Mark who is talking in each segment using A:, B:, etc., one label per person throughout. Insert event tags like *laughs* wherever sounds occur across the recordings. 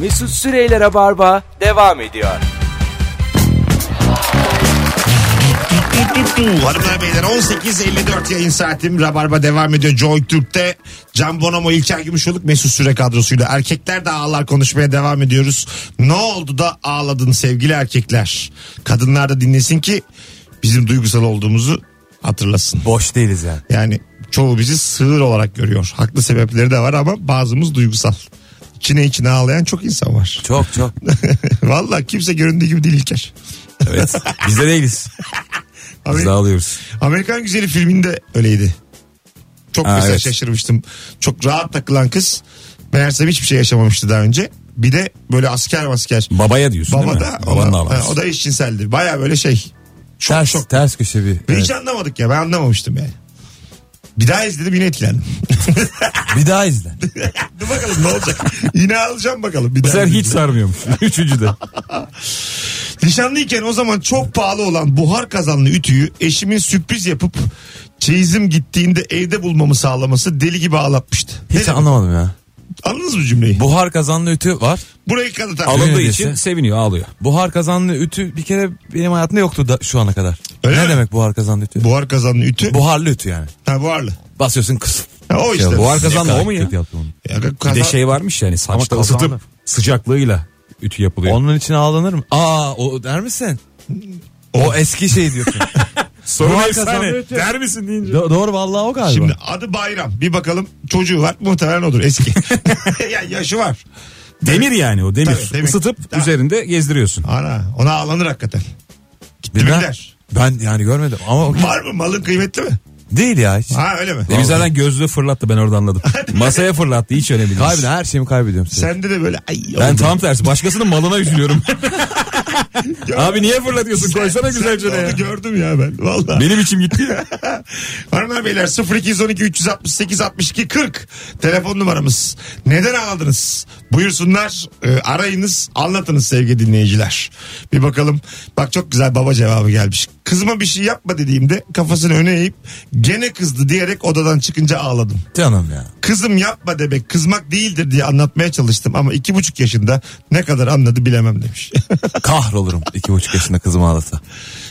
A: Mesut Süreyler'e barba devam ediyor.
B: Hanımlar beyler 18.54 yayın saatim Rabarba devam ediyor. Joy Türk'te Can Bonomo, İlker Gümüşoluk, Mesut Süre kadrosuyla. Erkekler de ağlar konuşmaya devam ediyoruz. Ne oldu da ağladın sevgili erkekler? Kadınlar da dinlesin ki bizim duygusal olduğumuzu hatırlasın.
C: Boş değiliz yani.
B: Yani çoğu bizi sığır olarak görüyor. Haklı sebepleri de var ama bazımız duygusal. İçine içine ağlayan çok insan var. *laughs*
C: Çok çok.
B: Valla kimse göründüğü gibi değil İlker.
C: Evet. Biz de değiliz. Biz de
B: Amerika,
C: ağlıyoruz.
B: Amerikan Güzeli filminde öyleydi. Çok
C: Ha,
B: mesela
C: evet.
B: şaşırmıştım. Çok rahat takılan kız meğersem hiçbir şey yaşamamıştı daha önce. Bir de böyle asker masker.
C: Babaya diyorsun değil
B: Baba
C: mi?
B: da,
C: Babanın
B: ona-
C: ağlaması.
B: ha, o da eşcinseldi. Baya böyle şey. Çok
C: ters,
B: şok.
C: ters köşe bir.
B: Ve
C: evet.
B: Hiç anlamadık ya ben anlamamıştım yani. Bir daha izledim yine
C: *laughs*
B: etkilendim.
C: Bir daha izle.
B: Dur bakalım ne olacak. *laughs* yine alacağım bakalım. Bir
C: Bu
B: daha
C: sefer hiç
B: izle. *laughs*
C: sarmıyormuş. Üçüncüde.
B: Nişanlıyken o zaman çok pahalı olan buhar kazanlı ütüyü eşimin sürpriz yapıp çeyizim gittiğinde evde bulmamı sağlaması deli gibi ağlatmıştı. Ne
C: Hiç
B: demek?
C: anlamadım ya.
B: Anladınız mı cümleyi?
C: Buhar kazanlı ütü var.
B: Burayı kanıt abi.
C: Alındığı
D: hediyesi.
C: için seviniyor ağlıyor. Buhar kazanlı ütü bir kere benim hayatımda yoktu da şu ana kadar.
B: Öyle
C: ne
B: mi?
C: demek buhar kazanlı ütü?
B: Buhar kazanlı ütü.
C: Buharlı ütü yani.
B: ha buharlı.
C: Basıyorsun kıs.
B: Ha, o işte.
C: Ya, buhar kazanlı
D: kadar
C: o mu ya?
D: kötü yaptı onu.
B: Ya,
D: Bir
B: kazan-
D: de şey varmış yani saçta
C: Ama kazandı.
D: ısıtıp sıcaklığıyla ütü yapılıyor.
C: Onun için ağlanır mı? Aa o der misin? O, hani eski şey *laughs* diyorsun.
D: Sorun
C: Buhar
D: efsane.
C: kazandı ütü.
D: Der misin deyince.
C: Do- doğru vallahi o galiba.
B: Şimdi adı Bayram. Bir bakalım çocuğu var. Muhtemelen odur eski. *laughs* ya yaşı var.
D: Demir yani o demir.
B: Tabii, demir.
D: Isıtıp
B: Tabii.
D: üzerinde gezdiriyorsun.
B: Ana ona ağlanır hakikaten.
C: Bir ben-
B: gider.
C: Ben yani görmedim
D: *laughs*
C: ama o-
B: Var mı malın kıymetli mi?
C: değil ya. Hiç.
B: Ha öyle mi?
D: Demir E, zaten gözlüğü fırlattı ben orada
C: *laughs*
D: anladım. Masaya fırlattı hiç önemli değil.
C: Kaybeden her şeyimi kaybediyorum. size.
B: Sende de böyle ay,
D: Ben
B: oldu.
D: tam tersi başkasının malına
C: *laughs*
D: üzülüyorum. Abi niye fırlatıyorsun
B: Sen-
D: koysana
B: sen
D: güzelce
B: de
D: ya.
B: onu gördüm ya ben. Vallahi.
D: Benim içim gitti
C: *laughs*
D: ya.
B: *laughs* Hanımlar beyler 0212 368 62 40 telefon numaramız. Neden ağladınız? Buyursunlar e, arayınız anlatınız sevgili dinleyiciler. Bir bakalım bak çok güzel baba cevabı gelmiş. Kızıma bir şey yapma dediğimde kafasını öne eğip gene kızdı diyerek odadan çıkınca ağladım.
C: Canım ya.
B: Kızım yapma demek kızmak değildir diye anlatmaya çalıştım ama iki buçuk yaşında ne kadar anladı bilemem demiş. *laughs*
C: Kahrolurum iki buçuk yaşında kızımı ağlasa.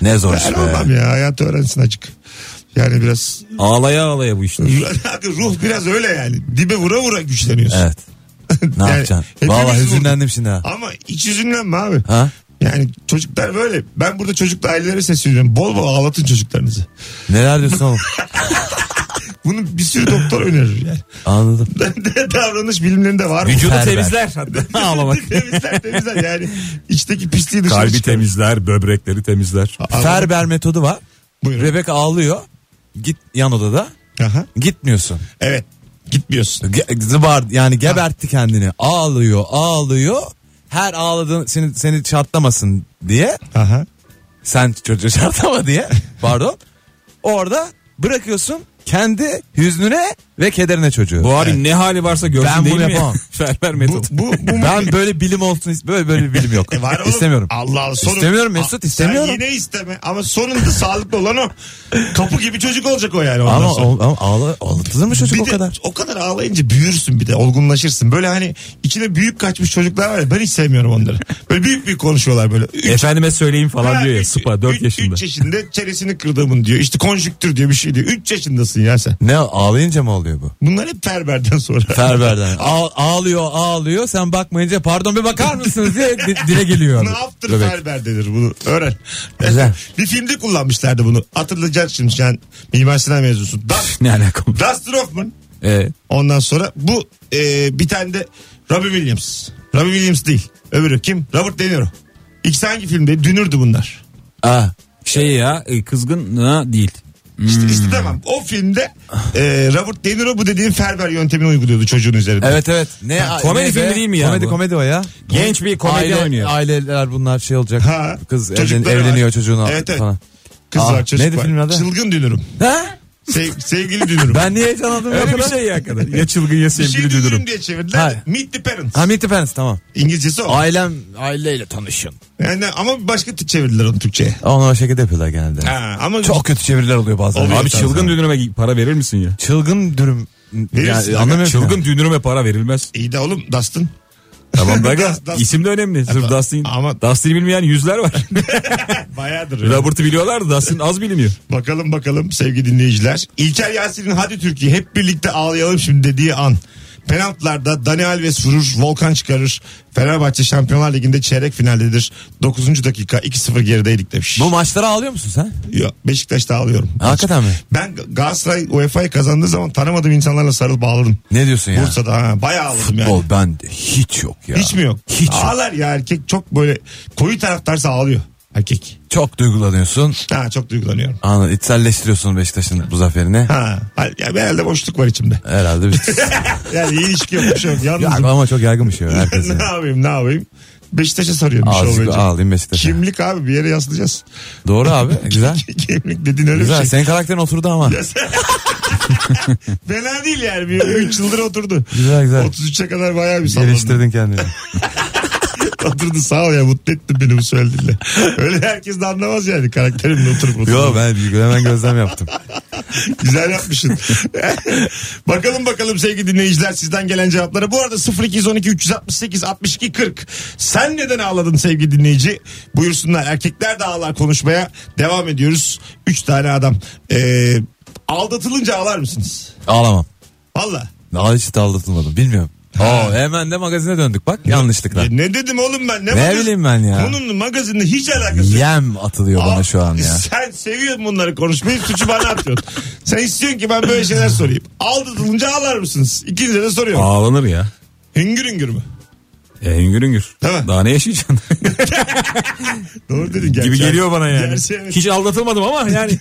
C: Ne zor iş
B: ben
C: be.
B: olmam ya hayatı öğrensin acık. Yani biraz
C: Ağlaya ağlaya bu işler.
B: ruh biraz öyle yani. Dibe vura vura güçleniyorsun.
C: Evet. Ne
B: Yani
C: yapacaksın?
B: hepimiz
C: Vallahi
B: vurduk.
C: hüzünlendim şimdi ha.
B: Ama hiç üzülmem abi?
C: Ha?
B: Yani çocuklar böyle. Ben burada çocuklu ailelere sesleniyorum. Bol bol ağlatın çocuklarınızı.
C: Neler diyorsun oğlum?
B: Bunu bir sürü doktor önerir yani. *laughs*
C: Anladım.
B: Davranış bilimlerinde var mı?
C: Ferber.
D: Vücudu
B: *laughs*
C: *laughs*
D: temizler. Ağlamak.
B: temizler temizler yani. içteki pisliği dışarı
D: Kalbi
B: çıkarır.
D: temizler, böbrekleri temizler.
B: Anladım.
C: Ferber metodu var.
B: Buyurun.
C: Rebecca ağlıyor. Git yan odada.
B: Aha.
C: Gitmiyorsun.
B: Evet. Gitmiyorsun.
C: Ge- zıbar yani gebertti kendini. Ağlıyor, ağlıyor. Her ağladığın seni seni çatlamasın diye.
B: Aha.
C: Sen çocuğu *laughs* çatlama diye. Pardon. Orada bırakıyorsun kendi hüznüne ve kederine çocuğu.
D: Bu abi ne hali varsa görsün
C: Ben
D: değil
C: bunu
D: mi?
C: yapamam.
D: Ferber
B: Bu
D: metodu.
B: bu bu
C: ben böyle bilim olsun ist- böyle böyle bir bilim *laughs* yok.
B: E var oğlum.
C: İstemiyorum.
B: Allah Allah. Sonun-
C: İstemiyorum Mesut,
B: Aa, sen
C: istemiyorum.
B: yine isteme ama sonunda sağlıklı olan o. Kapı gibi çocuk olacak o yani. ondan
C: Ama,
B: sonra.
C: ama ağla, ağlatılır mı çocuk
B: bir
C: o
B: de
C: kadar?
B: O kadar ağlayınca büyürsün bir de olgunlaşırsın. Böyle hani içine büyük kaçmış çocuklar var ya ben hiç sevmiyorum onları. Böyle büyük büyük konuşuyorlar
C: *laughs*
B: böyle. Üç-
D: Efendime söyleyeyim falan
B: Ha,
D: diyor ya
B: üç-
D: Sıpa 4
B: üç-
D: yaşında.
B: Üç yaşında çenesini kırdığımın diyor. İşte konjüktür diyor bir şey diyor. 3 yaşındasın ya sen.
C: Ne ağlayınca mı oluyor bu?
B: Bunlar hep Ferber'den sonra.
C: Ferberden. *laughs* Ağ- ağlıyor ağlıyor sen bakmayınca pardon bir bakar mısınız diye di- dile geliyor.
B: ne yaptır
C: Bebek.
B: Ferber denir bunu. Öğren.
C: Güzel.
B: bir filmde kullanmışlardı bunu. Hatırlayacaksın şimdi sen Mimar Sinan mezunsun. Dust,
D: Ne alakam?
B: Dustin Hoffman.
D: Ee,
B: Ondan sonra bu e, bir tane de Robbie Williams. Robbie Williams değil. Öbürü kim? Robert De Niro. İkisi hangi filmde? Dünürdü bunlar.
D: ah, şey ya e, kızgın ha, değil.
B: İşte,
C: Hmm.
B: işte tamam. O filmde e, Robert De Niro bu dediğin Ferber yöntemini uyguluyordu çocuğun üzerinde.
C: Evet evet. Ne
D: Ha, komedi
C: ne
D: filmi
C: be?
D: değil mi ya
C: Komedi
D: bu?
C: komedi o ya.
D: Genç bir komedi
C: Aile-
D: oynuyor.
C: Aileler bunlar şey olacak.
B: Ha.
C: Kız evlen-
B: Çocukları var.
C: evleniyor çocuğuna
B: Evet, evet.
C: falan.
B: Kız
C: Aa,
B: var çocuk
C: neydi
B: var.
C: filmin adı?
B: Çılgın Dünürüm.
C: Ha?
B: Sev- sevgili Dünürüm.
C: *laughs* Ben niye heyecanlandım ya
D: Öyle bir
C: kadar?
D: şey ya
C: *laughs*
D: kadar. Ya çılgın ya
B: Bir şey
D: sevgili
B: Dünürüm
D: dünürüm.
B: diye çevirdiler.
C: Ha.
B: Meet the Parents.
C: Ha Meet the Parents tamam.
B: İngilizcesi o.
C: Ailem aileyle tanışın.
B: Yani, ama başka t- çevirdiler onu Türkçe'ye.
C: Onu o şekilde yapıyorlar genelde.
B: Ha, ama
C: Çok kötü çeviriler oluyor bazen.
B: Oluyor.
D: Abi
B: Tabii,
D: çılgın
B: tabii.
D: dünürüme para verir misin ya?
C: Çılgın dürüm.
B: Verirsin.
C: Yani
B: *laughs*
C: anlamıyorum.
D: Çılgın dünürüme para verilmez.
B: iyi de oğlum Dustin.
D: Tamam Daga.
B: Dust, Dust.
D: İsim de önemli. Sırf Dustin.
B: ama-
D: Ama... Dustin'i bilmeyen yüzler var.
B: Bayağıdır. ya.
D: Robert'ı biliyorlar da Dustin az biliniyor.
B: Bakalım bakalım sevgili dinleyiciler. İlker Yasin'in hadi Türkiye hep birlikte ağlayalım şimdi dediği an. Penaltılarda Dani Alves vurur, Volkan çıkarır. Fenerbahçe Şampiyonlar Ligi'nde çeyrek finaldedir. 9. dakika 2-0 gerideydik demiş.
C: Bu maçlara ağlıyor musun sen?
B: Yok, Beşiktaş'ta ağlıyorum.
C: Hakikaten mi?
B: Ben Galatasaray UEFA'yı kazandığı zaman tanımadığım insanlarla sarılıp bağladım.
C: Ne diyorsun ya?
B: Bursa'da ha, bayağı ağladım yani.
C: Futbol bende hiç yok ya.
B: Hiç mi yok?
C: Hiç yok.
B: Ağlar ya erkek çok böyle koyu taraftarsa ağlıyor erkek.
C: Çok duygulanıyorsun.
B: Ha çok duygulanıyorum.
C: Anladın. içselleştiriyorsun Beşiktaş'ın bu zaferini.
B: Ha, ya herhalde boşluk var içimde. *laughs*
C: Herhalde bir...
B: Yani iyi ilişki yok bir şey yok.
C: Ya
B: *laughs* Yalnızım.
C: ama çok yaygınmış ya herkes.
B: ne
C: ya.
B: yapayım ne yapayım? Beşiktaş'a soruyorum. bir şey
C: Azıcık
B: olmayacak.
C: ağlayayım Beşiktaş'a.
B: Kimlik abi bir yere yaslayacağız.
C: Doğru abi. Güzel.
B: *laughs* Kimlik dediğin öyle
C: Güzel.
B: bir şey.
C: Senin karakterin oturdu ama.
B: Fena değil yani. Bir 3 yıldır oturdu.
C: Güzel, güzel.
B: 33'e kadar bayağı bir sallandı.
C: Geliştirdin kendini.
B: oturdu sağ ol ya mutlu ettin beni bu söylediğinle.
C: *laughs*
B: Öyle herkes de anlamaz yani karakterimle oturup oturup.
C: Yo ben hemen gözlem yaptım.
B: Güzel
C: *laughs*
B: yapmışsın. bakalım bakalım sevgili dinleyiciler sizden gelen cevaplara. Bu arada 0212 368 62 40. Sen neden ağladın sevgili dinleyici? Buyursunlar. Erkekler de ağlar konuşmaya. Devam ediyoruz. 3 tane adam. Ee, aldatılınca ağlar mısınız?
C: Ağlamam.
B: Valla.
C: Daha hiç de aldatılmadım. Bilmiyorum. Oo, hemen de magazine döndük bak yanlışlıkla.
B: Ya E, Ne dedim oğlum ben? Ne,
C: Ne bileyim ben ya.
B: Bunun magazinle hiç alakası yok.
C: Yem atılıyor bana
B: Aa,
C: şu an ya.
B: Sen seviyorsun bunları konuşmayı suçu bana atıyorsun. sen istiyorsun ki ben böyle şeyler sorayım. Aldatılınca ağlar mısınız? İkinize de soruyorum.
D: Ağlanır ya.
B: Hüngür hüngür mü?
D: Ya hüngür hüngür.
B: Değil mi?
D: Daha ne yaşayacaksın?
B: Doğru dedin gerçi.
D: gibi geliyor bana yani.
B: Gerçi evet.
D: Hiç aldatılmadım ama
B: *laughs*
D: yani.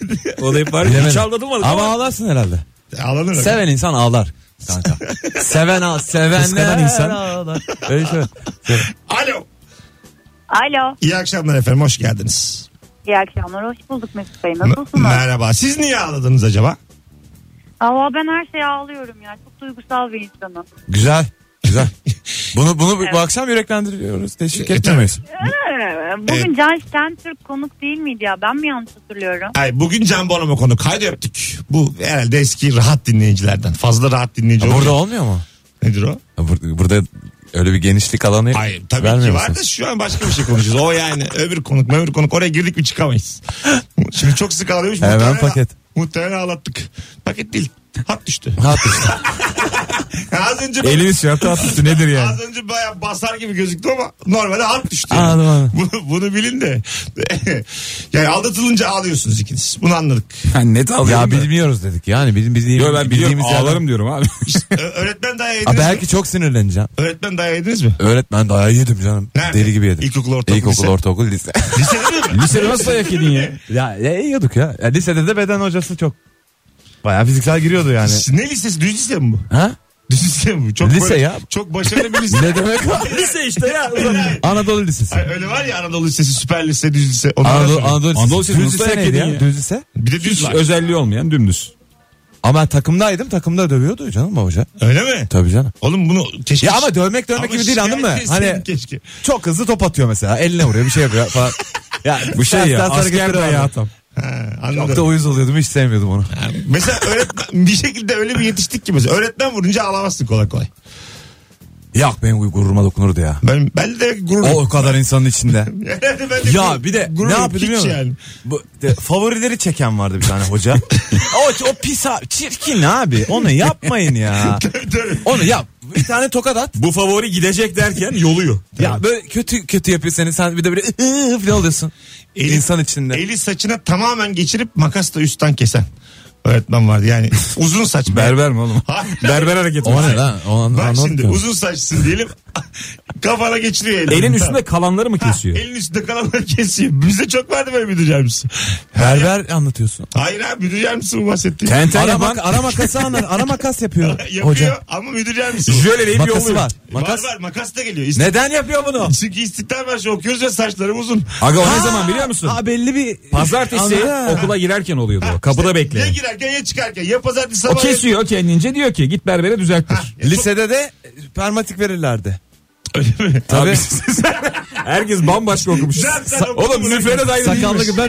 D: O da hep var. Hiç
C: Bilemedim.
D: aldatılmadım
C: Ama
D: ama.
C: ağlarsın herhalde.
B: Ağlanır.
C: Seven insan ağlar. Kanka.
D: *laughs*
C: Seven ağ, sevenler
D: Kıskanan insan.
C: ağlar. Öyle şey.
B: Alo.
E: Alo.
B: İyi akşamlar efendim hoş geldiniz.
E: İyi akşamlar. Hoş bulduk Mesut Bey.
B: M-
E: Nasılsınız?
B: Merhaba. Siz niye ağladınız acaba? *laughs*
E: Ama ben her şeye ağlıyorum ya. Çok duygusal bir insanım.
C: Güzel. Güzel. Bunu bunu bu akşam yüreklendiriyoruz.
D: E,
C: Teşvik etmemeyiz.
E: Ee, Bugün Can Şentürk konuk değil miydi ya? Ben mi yanlış hatırlıyorum?
B: Ay bugün Can Bonomo konuk. Haydi öptük. Bu herhalde eski rahat dinleyicilerden. Fazla rahat dinleyici
C: Ya
B: olmuyor.
C: Burada olmuyor mu?
B: Nedir o?
C: Ya bur- Burada öyle bir genişlik alanı
B: Hayır tabii
C: vermiyor
B: ki var da
C: musunuz?
B: şu an başka bir şey konuşacağız. O yani öbür konuk öbür konuk oraya girdik mi çıkamayız. Şimdi çok sık ağlıyormuş.
C: Hemen
B: Muhtemelen-
C: paket.
B: Muhtemelen ağlattık. Paket değil. Hat düştü.
C: Rahat işte.
B: Az önce
D: *laughs* Elimiz şartı atmıştı nedir yani?
B: Az önce baya basar gibi gözüktü ama normalde harp düştü.
C: Anladım, anladım.
B: *laughs* Bunu, bunu bilin de. yani aldatılınca ağlıyorsunuz ikiniz. Bunu anladık.
D: Ben net
C: ya
D: ağlıyorum. Ya
C: bilmiyoruz dedik yani. Bizim bildiğimiz,
D: Yo ben biliyorum
C: bildiğimiz yerden-
D: ağlarım diyorum abi.
C: *laughs*
B: Ö- öğretmen dayağı yediniz
C: Aa,
B: mi?
C: belki çok sinirleneceğim.
B: Öğretmen dayağı yediniz mi?
C: Öğretmen dayağı yedim canım.
B: Nerede?
C: Deli gibi yedim.
B: İlkokul, ortaokul,
C: İlkokul,
B: lise.
C: ortaokul, lise.
B: *laughs* Lisede değil mi?
D: Lisede nasıl dayak yedin ya?
C: ya, ya yiyorduk ya. ya. Lisede de beden hocası çok. Bayağı fiziksel giriyordu yani.
B: ne lisesi? Düz lise mi bu?
C: ha?
B: Düz lise mi bu? Çok
C: Hani- Lise ya.
B: Çok başarılı bir lise.
C: Ne *laughs* demek o?
D: Lise işte ya.
C: Anadolu Lisesi.
B: Ay, *laughs* Öyle var ya Anadolu Lisesi, Süper Lise, Düz Lise. Onlardan
C: Anadolu,
B: sonra.
C: Anadolu Lisesi.
D: Anadolu Lisesi
C: Düz
D: nasıl
C: lise
D: dayak
C: neydi
D: yedin
C: ya?
D: ya?
C: Düz lise.
B: Bir de düz
D: Hiç
B: var.
D: özelliği olmayan dümdüz.
C: Ama ben takımdaydım. Takımda dövüyordu canım o hoca.
B: Öyle mi?
C: Tabii canım.
B: Oğlum bunu keşke...
C: Ya ama dövmek dövmek
B: Ama
C: gibi değil anladın mı?
B: şikayet
C: Hani
B: etseydim Keşke.
C: çok hızlı top atıyor mesela. Eline vuruyor bir şey yapıyor falan. Ya
D: *laughs* Bu şey
C: ters
D: ya,
C: ters
D: asker
C: hareketleri vardı.
D: dayağı tam.
B: Ha,
C: Çok
B: anladım.
C: da uyuz oluyordum hiç sevmiyordum onu.
B: Mesela öğretmen bir şekilde öyle bir yetiştik ki mesela öğretmen vurunca ağlamazsın kolay kolay.
C: Yok benim gururuma dokunurdu ya.
B: Ben ben de gurur.
C: O, o kadar insanın içinde.
B: *laughs* ben de
C: Ya
B: gurur-
C: bir de
B: gurur-
C: ne yapıyor
B: hiç
C: biliyor musun?
B: yani.
C: Bu, de, favorileri çeken vardı bir tane hoca. o, o pis abi. Çirkin abi. Onu yapmayın ya.
B: Tabii.
C: Onu yap. Bir tane tokat at.
D: Bu favori gidecek derken yoluyor.
C: *laughs* Ya böyle kötü kötü yapıyor seni. Sen bir de böyle ıı falan oluyorsun.
B: Eli-
C: İnsan içinde.
B: Eli saçına tamamen geçirip makasla üstten kesen öğretmen vardı
C: *laughs*
B: yani uzun saç.
D: Berber mi oğlum? Berber hareketi.
C: o ne lan? O an,
B: Bak
C: anlamadım
B: şimdi
C: ki.
B: uzun saçsın diyelim *laughs* kafana geçiriyor elini.
D: Elin
B: Tamam.
C: *laughs*
D: üstünde kalanları mı
B: Ha,
D: kesiyor?
B: elin üstünde kalanları kesiyor. Bize çok vardı böyle müdür yardımcısı.
C: Berber anlatıyorsun.
B: Hayır abi müdür yardımcısı bu bahsettiğim.
D: Ten ten
C: Ara,
D: yapan
C: mak- ara makası anlar. Ara
D: *laughs*
C: makas yapıyor
B: *laughs* Yapıyor
C: hoca.
B: ama müdür yardımcısı. bu.
D: jöleleyip
C: Makası
D: yolluyor.
C: var.
B: Makas.
C: Makas-
B: Var var makas da geliyor. İst-
C: Neden yapıyor bunu?
B: Çünkü İstiklal Marşı okuyoruz ve saçlarım uzun.
D: Aga o ne
C: Aa,
D: zaman biliyor musun?
C: Aa, belli bir...
D: Pazartesi
C: Anladım.
D: okula girerken oluyordu o. Kapıda
B: Ya
D: bekleyen.
B: girerken ya çıkarken ya pazartesi
D: O
B: sabah.
D: kesiyor kendince diyor ki git berbere düzelttir.
C: Lisede de e, permatik verirlerdi.
B: Öyle mi?
C: Tabii.
D: *laughs* Herkes
C: *laughs*
D: bambaşka okumuş.
B: Sen- sen
D: Sa-
B: okudun
D: Oğlum
B: mu?
D: müfredat ayrı
C: Sakallı
D: değilmiş.
C: gibi ben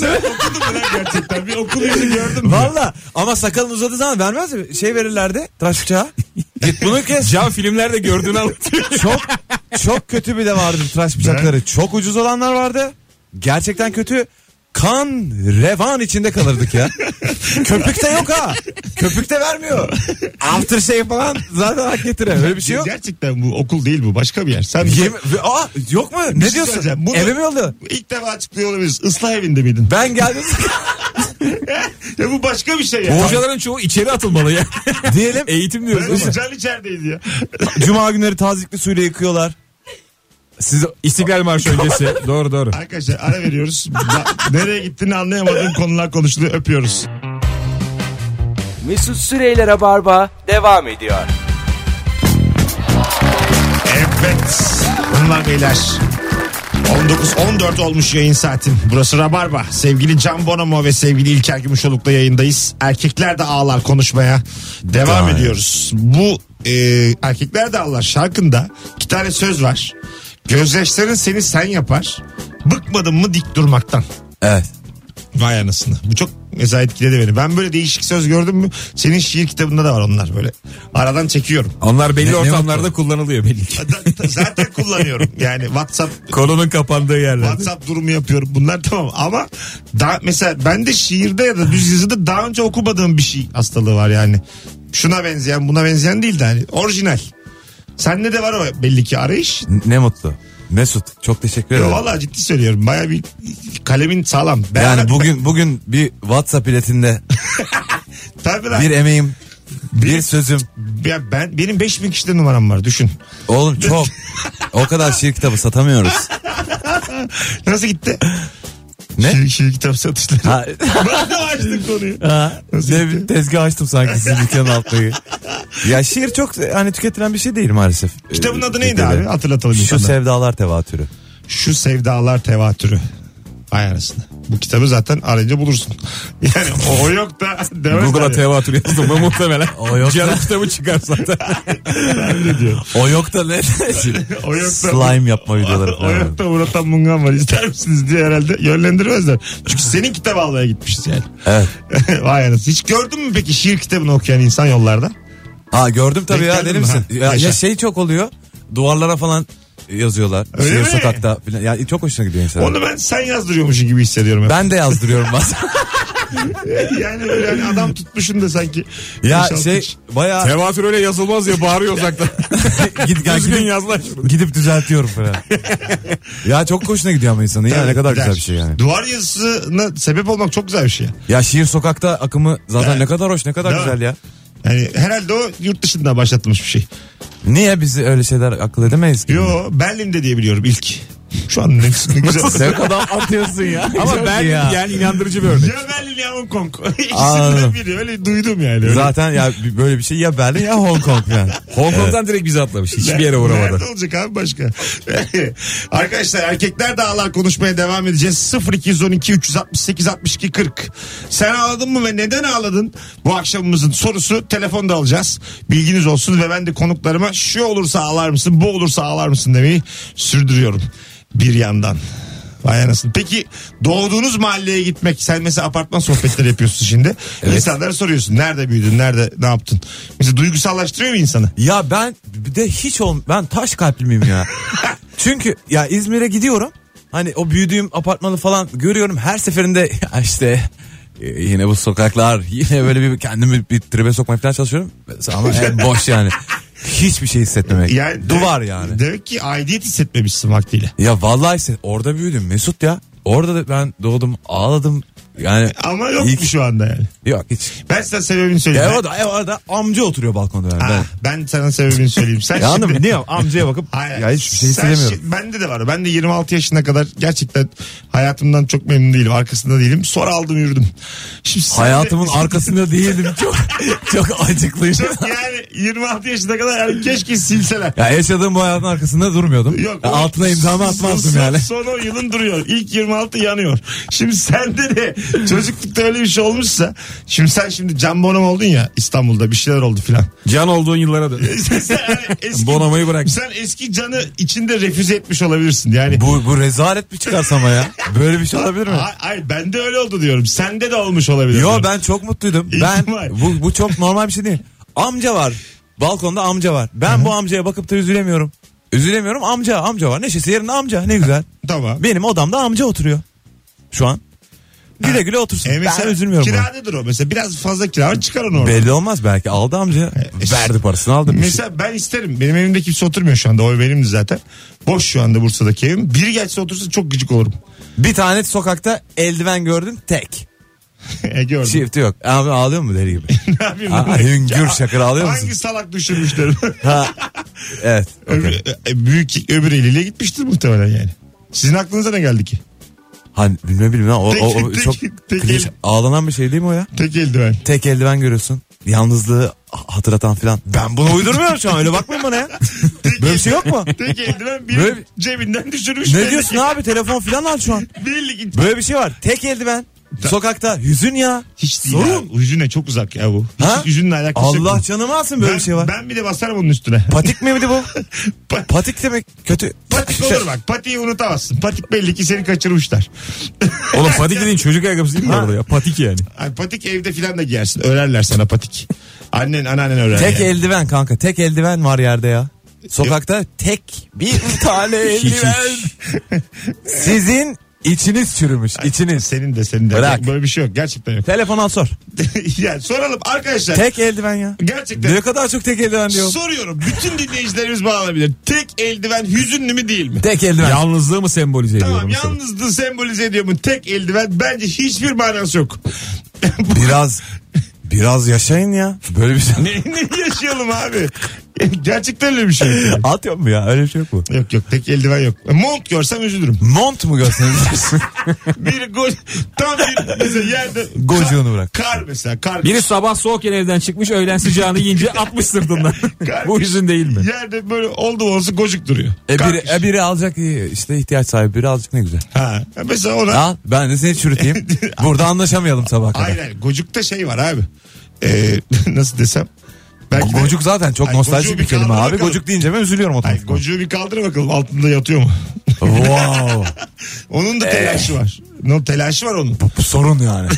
D: *laughs*
C: değil mi?
B: Okudun mu lan gerçekten? Bir okul yüzü gördüm.
C: Valla ama sakalın uzadığı zaman vermez mi? Şey verirlerdi tıraş bıçağı. Git bunu kes.
D: Can filmlerde gördüğünü anlatıyor.
C: *laughs* Çok Çok kötü bir de vardı tıraş bıçakları. Çok ucuz olanlar vardı. Gerçekten kötü. Kan revan içinde kalırdık ya. Köpükte yok ha. Köpükte vermiyor. After şey falan zaten hak getire. *laughs* Öyle bir şey yok.
B: Gerçekten bu okul değil bu başka bir yer. Sen
C: Yeme- Aa, yok mu?
B: Bir
C: Ne
B: şey
C: diyorsun?
B: söyleyeceğim. Bunu-
C: Eve mi yolluyor?
B: ilk defa açıklıyor olabiliriz. Islah evinde miydin?
C: Ben geldim
B: ya bu başka bir şey ya.
D: Hocaların çoğu içeri atılmalı ya.
C: diyelim.
D: Eğitim diyoruz ama.
B: Ben can içerideydi ya. *laughs*
C: Cuma günleri tazikli suyla yıkıyorlar.
D: Siz İstiklal Marşı öncesi.
C: *laughs*
D: doğru doğru.
B: Arkadaşlar ara veriyoruz. Ba- Nereye gittiğini anlayamadığım konular konuşuluyor. Öpüyoruz.
A: Mesut Süreyler'e barba devam ediyor.
B: Evet. Bunlar beyler. 19-14 olmuş yayın saatin. Burası Rabarba. Sevgili Can Bonomo ve sevgili İlker Gümüşoluk'la yayındayız. Erkekler de ağlar konuşmaya. Devam
C: Aynen.
B: ediyoruz. Bu e, Erkekler de ağlar şarkında iki tane söz var. Gözyaşların seni sen yapar. Bıkmadın mı dik durmaktan.
C: Evet.
B: Vay anasını. Bu çok mesela etkiledi beni. Ben böyle değişik söz gördüm mü? Senin şiir kitabında da var onlar böyle. Aradan çekiyorum. *laughs*
D: Onlar belli
C: Ne- ne
D: ortamlarda kullanılıyor belli ki.
B: Zaten kullanıyorum. Yani WhatsApp
D: Kolunun kapandığı yerlerde.
B: WhatsApp durumu yapıyorum. Bunlar tamam ama daha mesela ben de şiirde ya da düz yazıda daha önce okumadığım bir şey hastalığı var yani. Şuna benzeyen, buna benzeyen değil de hani orijinal. Sende de var o belli ki arayış.
C: N- Ne mutlu. Mesut çok teşekkür
B: Yo,
C: ederim.
B: Vallahi ciddi söylüyorum. Baya bir kalemin sağlam. Ben
C: Yani bugün bugün bir WhatsApp iletinde
B: *laughs* Tabii lan.
C: bir emeğim, *laughs* bir sözüm.
B: Ya ben, benim 5000 kişide numaram var düşün.
C: Oğlum çok. O kadar şiir kitabı satamıyoruz.
B: Nasıl gitti?
C: Ne?
B: Şiir, şiir kitap satışları.
C: *laughs* Ha,
B: *laughs* Ben de açtım konuyu.
C: ha, ne bir tezgah açtım sanki sizin dükkanın altındaki. Ya şiir çok hani tüketilen bir şey değil maalesef.
B: Kitabın
C: Ee,
B: adı neydi
C: Türkiye'de.
B: abi? Hatırlatalım
C: Şu
B: insanlara.
C: sevdalar tevatürü.
B: Şu sevdalar tevatürü. Vay arasında. Bu kitabı zaten arayınca bulursun. *laughs* Yani o, o yok da *laughs* demez.
D: Google'a
B: hani.
D: tevatür yazdım ben muhtemelen.
C: O yok.
D: Canım kitabı çıkar zaten.
B: *laughs*
C: O yok
D: *laughs*
C: da ne?
B: O yok da-
C: Slime yapma videoları
B: O
C: falan.
B: yok da Murat Mungan var ister misiniz diye herhalde yönlendirmezler. Çünkü senin kitap almaya gitmişiz yani. *laughs*
C: Evet.
B: Vay anasını. Hiç gördün mü peki şiir kitabını okuyan insan yollarda?
C: Ha gördüm tabii
B: Denk
C: ya
B: geldin
C: deli
B: mi?
C: misin?
B: Ha,
C: Ya,
B: yaşa.
C: ya şey çok oluyor. Duvarlara falan yazıyorlar.
B: Öyle
C: Şehir
B: mi?
C: sokakta falan. Ya çok hoşuna gidiyor insanlar.
B: Onu ben sen yazdırıyormuşsun gibi hissediyorum. Ben...
C: Ben de yazdırıyorum bazen.
D: *laughs*
B: yani böyle hani adam tutmuşsun da sanki.
C: ya
B: Beş, altı
C: şey
B: kişi.
C: bayağı
D: tevatür öyle yazılmaz ya bağırıyor uzaktan.
C: *laughs* git ya
D: Düzgün
C: gidip,
D: yaz lan şunu.
C: gidip düzeltiyorum
D: *laughs*
C: falan. ya çok hoşuna gidiyor ama insanın. Ya
B: Tabii,
C: ne kadar
B: gider.
C: güzel bir şey yani.
B: Duvar yazısına sebep olmak çok güzel bir şey.
C: Ya şiir sokakta akımı zaten
B: Evet.
C: ne kadar hoş ne kadar
B: Değil mi?
C: güzel ya.
B: Yani herhalde o yurt dışında başlatılmış bir şey.
C: Niye biz öyle şeyler akıl edemeyiz ki? *laughs*
B: Yo Berlin'de diye biliyorum ilk. Şu an ne, ne güzel.
C: Ne kadar atıyorsun ya.
D: *laughs* Ama ben
C: ya.
D: yani inandırıcı bir örnek.
B: ya Berlin ya Hong Kong. *laughs* İkisinden
C: Anladım.
B: biri öyle duydum yani. Öyle.
C: *laughs* Zaten ya bir- böyle bir şey ya Berlin ya Hong Kong yani.
D: Hong Kong'dan direkt bizi atlamış. Hiçbir yere uğramadı.
B: Nerede olacak abi başka? *laughs* Arkadaşlar erkekler de ağlar konuşmaya devam edeceğiz. 0212 368 62 40. Sen ağladın mı ve neden ağladın? Bu akşamımızın sorusu telefonda alacağız. Bilginiz olsun ve ben de konuklarıma şu olursa ağlar mısın bu olursa ağlar mısın demeyi sürdürüyorum. Bir yandan. Vay anasını. Peki doğduğunuz mahalleye gitmek sen mesela apartman sohbetleri yapıyorsun şimdi. İnsanlara soruyorsun nerede büyüdün nerede ne yaptın. Mesela duygusallaştırıyor mu insanı?
C: Ya ben bir de hiç ol ben taş kalpli miyim ya?
D: *laughs*
C: Çünkü ya İzmir'e gidiyorum. Hani o büyüdüğüm apartmanı falan görüyorum. Her seferinde ya işte e, yine bu sokaklar yine böyle bir kendimi bir tribe sokmaya falan çalışıyorum.
D: *laughs*
C: Ama en boş yani. Hiçbir şey hissetmemek.
B: Yani
C: Duvar
B: demek-
C: yani.
B: Demek ki aidiyet hissetmemişsin vaktiyle.
C: Ya vallahi se- orada büyüdüm Mesut ya. Orada da ben doğdum ağladım. Yani
B: Ama yok mu
C: İlk-
B: şu anda yani.
C: yok hiç.
B: Ben sana sebebini söyleyeyim.
C: Ya
B: ben,
C: orada, ya orada amca oturuyor balkonda. Yani.
B: Ah,
C: Ben,
B: ben sana sebebini söyleyeyim. Sen
C: *laughs* Ya anladın mı?
B: şimdi...
C: Niye amcaya bakıp
B: *laughs* Hayır,
C: ya hiçbir
B: sen
C: şey hissedemiyorum.
B: şi- bende de var. Ben de 26 yaşına kadar gerçekten hayatımdan çok memnun değilim. Arkasında değilim. Sonra aldım yürüdüm. Şimdi Ah. sen de-
C: Hayatımın arkasında değildim
B: *laughs*
C: çok çok acıklıyım.
B: Çok *laughs* yani 26 yaşına kadar yani keşke silseler.
C: Ya yaşadığım bu hayatın arkasında durmuyordum.
B: Yok,
C: Ya
B: o-
C: altına imzamı atmazdım
B: son- *laughs*
C: yani.
B: Son 10 yılın duruyor. İlk 26 yanıyor. Şimdi sende de çocuklukta öyle bir şey olmuşsa. Şimdi sen şimdi Can Bonum oldun ya İstanbul'da bir şeyler oldu
C: *laughs*
B: filan.
D: Can olduğun yıllara dön.
B: sen, sen hani eski,
C: Bonomo'yu bırak.
B: sen eski canı içinde refüze etmiş olabilirsin yani.
C: Bu, bu rezalet mi çıkarsa ama ya? Böyle bir şey olabilir mi?
B: Ay, ay bende öyle oldu diyorum. Sende de olmuş olabilir.
C: Yo
B: diyorum.
C: ben çok mutluydum. Ben
B: İhtimal.
C: bu, bu çok normal bir şey değil. Amca var. Balkonda amca var. Ben bu amcaya bakıp da üzülemiyorum. Üzülemiyorum amca amca var. Neşesi yerinde amca ne güzel.
B: Tamam.
C: Benim odamda amca oturuyor. Şu an. Güle güle otursun.
B: E mesela
C: ben üzülmüyorum. buna.
B: Kiradedir o mesela. Biraz fazla kira var çıkar onu oradan.
C: Belli olmaz belki aldı amca.
B: E, işte-
C: Verdi parasını aldı. bir şey.
B: Mesela ben isterim. Benim evimde kimse oturmuyor şu anda. O ev benimdi zaten. Boş şu anda Bursa'daki evim. Biri gelse otursa çok gıcık olurum.
C: Bir tane sokakta eldiven gördün tek.
B: E, Gördüm.
C: Çifti yok. Abi ağlıyor mu deli gibi?
B: *laughs* ne yapayım?
C: Aa,
B: lan?
C: hüngür
B: Ya,
C: şakır ağlıyor musun?
B: Hangi salak düşürmüşler?
C: *laughs* Ha.
B: *laughs*
C: Evet. okey.
B: öbür, e, büyük öbür eliyle gitmiştir muhtemelen yani. Sizin aklınıza ne geldi ki?
C: Hani bilme bilme o, o, o
B: Tek-
C: çok
B: tek- tek
C: klişe.
B: el-
C: ağlanan bir şey değil mi o ya?
B: Tek eldiven.
C: Tek eldiven görüyorsun. Yalnızlığı hatırlatan filan. Ben bunu uydurmuyorum şu an öyle bakmayın bana ya. Böyle bir şey yok mu?
B: Tek eldiven biri
C: Böyle-
B: cebinden düşürmüş.
C: Ne diyorsun abi telefon filan al şu an.
B: Belli ki.
C: Böyle bir şey var. Tek eldiven. Sokakta hüzün ya.
B: Hiç değil
C: Sorun.
B: ya. Yüzüne çok uzak ya bu.
C: Ha?
B: Hiç yüzünle alakası yok.
C: Allah
B: bunun.
C: canımı alsın böyle
B: ben,
C: bir şey var.
B: Ben bir de basarım onun üstüne.
C: Patik miydi bu?
B: *laughs* Pa-
C: Patik demek kötü.
B: Patik olur bak. Patiği unutamazsın. Patik belli ki seni kaçırmışlar.
D: Oğlum patik dediğin çocuk ayakkabısı değil mi orada ya? Patik yani.
B: Ay, patik evde filan da giyersin. Örerler sana patik. Annen anneannen örer.
C: Tek
B: yani.
C: eldiven kanka. Tek eldiven var yerde ya. Sokakta tek
B: *laughs*
C: bir tane eldiven. Sizin içiniz çürümüş. içiniz.
B: Senin de senin de.
C: Bırak.
B: Böyle bir şey yok. Gerçekten yok.
C: Telefon al sor.
B: *laughs* yani soralım arkadaşlar.
C: Tek eldiven ya.
B: Gerçekten.
C: Ne kadar çok tek eldiven diyor.
B: Soruyorum. Bütün dinleyicilerimiz bağlanabilir. Tek eldiven hüzünlü mü değil mi?
C: Tek eldiven.
D: Yalnızlığı mı sembolize ediyor?
B: Tamam
D: onu sorun.
B: yalnızlığı sembolize ediyor mu? Tek eldiven bence hiçbir manası yok. *laughs*
C: Biraz biraz yaşayın ya. Böyle bir şey.
B: ne, ne yaşayalım abi? *laughs* Gerçekten öyle bir şey. yok.
C: At yok mu ya? Öyle bir şey yok mu?
B: Yok yok tek eldiven yok. E, Mont görsem üzülürüm.
C: Mont mu görseniz? *laughs*
B: Bir go tam bir mesela yerde
C: Gocuğunu bırak.
B: kar mesela kar.
D: Biri sabah soğukken evden çıkmış öğlen sıcağını yiyince atmış sırtından.
C: *laughs*
D: Bu yüzün değil mi?
B: Yerde böyle oldu olsun gocuk duruyor.
C: e, biri,
B: Kalkmış.
C: e, biri alacak iyi. işte ihtiyaç sahibi biri alacak ne güzel.
B: Ha, mesela ona
C: Al ben de seni
B: *laughs*
C: çürüteyim. Burada anlaşamayalım sabah kadar.
B: aynen gocukta şey var abi. Ee, *laughs* nasıl desem? Belki de-
C: Gocuk zaten çok
B: Ay, gocuğu
C: nostaljik bir
B: bir
C: kelime
B: kaldır
C: abi.
B: bakalım.
C: Gocuk deyince ben üzülüyorum
B: Ay,
C: otomatikman.
B: gocuğu bir kaldır bakalım altında yatıyor mu? *laughs*
C: wow.
B: Onun
C: Ee.
B: da telaşı var. No, telaşı var onun. *laughs*
C: Bu sorun yani.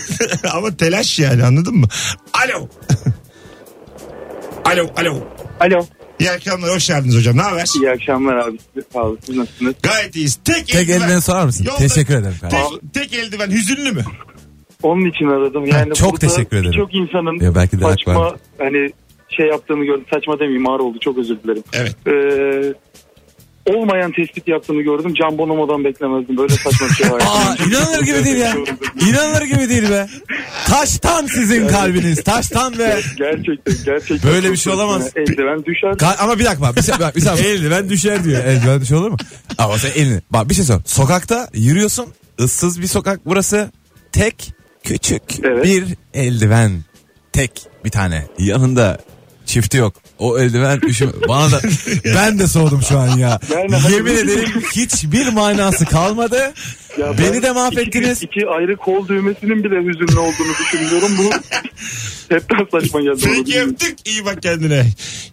B: Ama telaş yani anladın mı? Alo. *laughs* alo, alo.
F: Alo.
B: İyi akşamlar, hoş geldiniz hocam. Ne haber?
F: İyi akşamlar abi. Siz de Sağ olun. Siz nasılsınız?
B: Gayet iyiyiz. Tek,
C: Tek eldiven sorar mısın?
B: Yolda-
C: Teşekkür ederim kardeşim.
B: Tek, tek eldiven hüzünlü mü?
F: Onun için aradım.
C: Ha,
F: Yani
C: çok
F: burada
C: teşekkür ederim.
F: Birçok insanın
C: Ya belki de hak
F: saçma
C: var.
F: hani şey yaptığını gördüm. Saçma demeyeyim ağır oldu. Çok özür dilerim.
B: Evet.
F: Ee, olmayan tespit yaptığını gördüm. Can Bonomo'dan beklemezdim. Böyle saçma bir şey var.
C: *laughs* Aa inanılır gibi değil ya. İnanılır gibi değil be. Taştan sizin kalbiniz. Taştan be.
F: Gerçekten gerçekten.
C: Böyle
F: çok
C: bir şey
F: saçma.
C: olamaz.
F: Eldiven düşer.
C: Ka- ama bir dakika bak, bir şey, bak, bir şey,
D: Eldiven düşer diyor.
C: eldiven bir şey olur mu? Ama sen elini. Bak bir şey söyleyeyim. Sokakta yürüyorsun. ıssız bir sokak burası. Tek küçük
F: Evet.
C: bir eldiven. Tek bir tane. Yanında çifti yok. O eldiven üşüme.
F: *laughs*
C: Bana da ben de soğudum şu an ya.
F: Yani hani-
C: Yemin ederim hiçbir manası kalmadı.
F: Ya ben
C: Beni de mahvettiniz.
F: Iki, iki ayrı kol düğmesinin bile hüzünlü olduğunu düşünüyorum.
C: *laughs*
F: Bu hepten saçma geldi. bana.
B: Peki öptük. İyi bak kendine.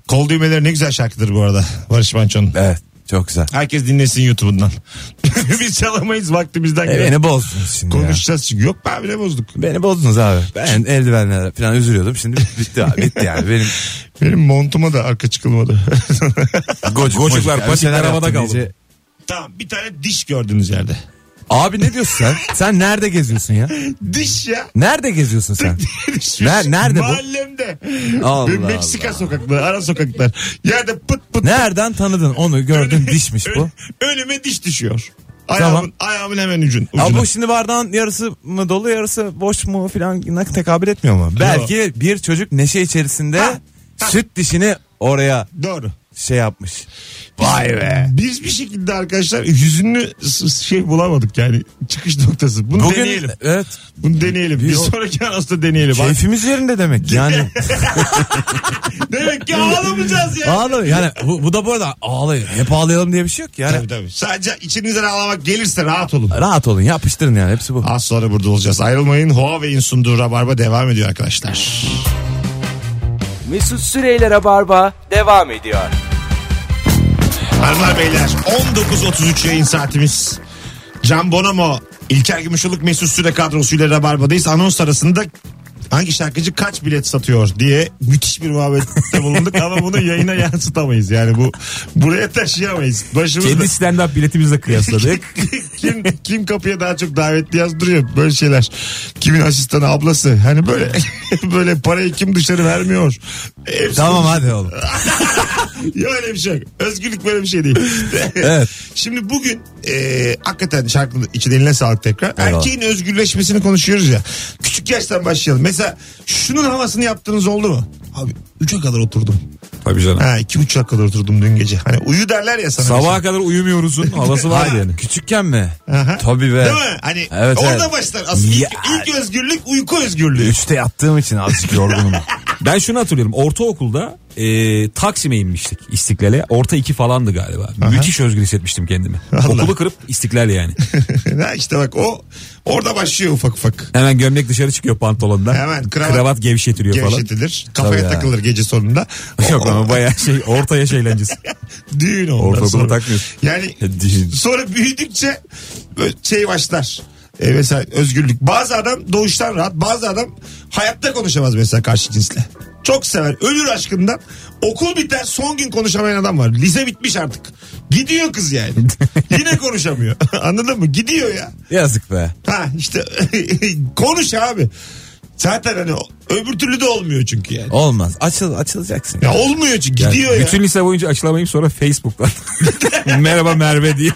B: Kol düğmeleri ne güzel şarkıdır bu arada. Barış Manço'nun.
C: Evet çok güzel.
B: Herkes dinlesin YouTube'undan. *laughs* Biz çalamayız vaktimizden.
C: E,
B: gider.
C: beni bozdunuz şimdi ya.
B: Konuşacağız çünkü. Yok be abi ne bozduk.
C: Beni bozdunuz abi. Ben eldivenlerle falan üzülüyordum. Şimdi bitti abi. Bitti yani.
B: *laughs*
C: Benim
B: Benim montuma da arka çıkılmadı. *laughs*
C: gocuk,
D: Gocuklar,
C: yani bir
D: patik
C: şeyler
D: arabada
C: yaptım
D: kaldı.
C: iyice.
B: tamam bir tane diş gördünüz yerde.
C: Abi ne diyorsun sen? Sen nerede geziyorsun ya?
B: Diş ya. *laughs*
C: Nerede geziyorsun sen?
B: Diş.
C: Ner- nerede bu?
B: Mahallemde.
C: Allah
B: Benim Meksika sokakları, ara sokaklar. Yerde pıt pıt.
C: Nereden tanıdın onu gördün dişmiş bu.
B: Ö- önüme diş düşüyor. Ayağımın,
C: Tamam.
B: ayağımın hemen ucun, ucuna.
C: Ama bu şimdi bardağın yarısı mı dolu yarısı boş mu filan ne- tekabül etmiyor mu? Belki bir çocuk neşe içerisinde
B: Ha, ha.
C: süt dişini oraya
B: Doğru.
C: şey yapmış.
B: Vay be. Biz bir şekilde arkadaşlar yüzünü s- s- şey bulamadık yani çıkış noktası. Bunu
C: Bugün
B: deneyelim.
C: evet
B: Bunu deneyelim. Bir
C: Yok. Şey-
B: sonraki anonsda deneyelim. Bak,
C: keyfimiz yerinde
B: *laughs*
C: demek yani.
B: Demek ki ağlamayacağız
C: *laughs*
B: ya.
C: Ağlayın yani bu, bu da bu arada ağlayın hep ağlayalım diye bir şey yok yani.
B: Tabii tabii. Sadece içinizden ağlamak gelirse rahat olun.
C: Rahat olun yapıştırın yani hepsi bu.
B: Az sonra burada olacağız. Ayrılmayın. Huawei'in sunduğu Rabarba devam ediyor arkadaşlar.
A: Mesut Süreyler'e barba devam ediyor.
B: Hanımlar beyler 19.33 yayın saatimiz. Can Bonomo, İlker Gümüşoluk Mesut Süre kadrosuyla Rabarba'dayız. Anons arasında hangi şarkıcı kaç bilet satıyor diye müthiş bir muhabbette bulunduk ama bunu yayına yansıtamayız. Yani bu buraya taşıyamayız. Başımızda
D: Kendi stand-up biletimizle kıyasladık.
B: *laughs* kim, kim kapıya daha çok davetli yazdırıyor böyle şeyler. Kimin asistanı ablası. Hani böyle *laughs* böyle parayı kim dışarı vermiyor. Hepsi-
C: *laughs* Tamam hadi oğlum.
B: Ya öyle bir şey yok. Özgürlük böyle bir şey değil.
C: *laughs* Evet.
B: Şimdi bugün e, hakikaten şarkı için eline sağlık tekrar.
C: Eyvallah.
B: Erkeğin özgürleşmesini konuşuyoruz ya. Küçük yaştan başlayalım. Mesela şunun havasını yaptığınız oldu mu? Abi 3'e kadar oturdum.
D: Tabii canım.
B: Ha 2.30'a kadar oturdum dün gece. Hani uyu derler ya sana.
D: Sabaha kadar uyumuyoruzun havası var yani.
C: Küçükken mi?
B: Aha.
C: Tabii be.
B: Değil mi? Hani
C: Evet,
B: orada
C: evet.
B: başlar. Aslında ilk,
C: Ya.
B: ilk özgürlük uyku
D: *laughs*
B: özgürlüğü.
C: Üçte yattığım için azıcık yorgunum.
D: Ben şunu hatırlıyorum. Ortaokulda e, Taksim'e inmiştik İstiklal'e. Orta iki falandı galiba. Müthiş özgür hissetmiştim kendimi.
B: Vallahi.
D: Okulu kırıp İstiklal yani.
B: ha işte bak o orada başlıyor ufak ufak.
D: Hemen gömlek dışarı çıkıyor pantolondan.
B: Hemen kravat-
D: kravat, gevşetiliyor falan.
B: Gevşetilir. Kafaya
D: Tabii ya.
B: takılır gece sonunda.
D: Yok ama bayağı şey orta yaş eğlencesi.
B: *laughs*
D: *laughs*
B: Düğün ondan
D: Ortaokulu
B: sonra.
D: takmıyorsun. E,
B: Yani
D: Düğün.
B: sonra büyüdükçe böyle şey başlar. E mesela özgürlük. Bazı adam doğuştan rahat. Bazı adam hayatta konuşamaz mesela karşı cinsle. Çok sever. Ölür aşkından. Okul biter son gün konuşamayan adam var. Lise bitmiş artık. Gidiyor
D: *laughs*
B: kız yani. Yine konuşamıyor. *laughs* Anladın mı? Gidiyor ya.
C: Yazık be.
B: Ha işte *laughs* konuş abi. Zaten hani öbür türlü de olmuyor çünkü yani.
C: Olmaz. Açıl, açılacaksın.
B: Ya olmuyor çünkü
D: Yani
B: gidiyor
D: bütün lise boyunca açılamayıp sonra Facebook'tan. *laughs* Merhaba Merve diye.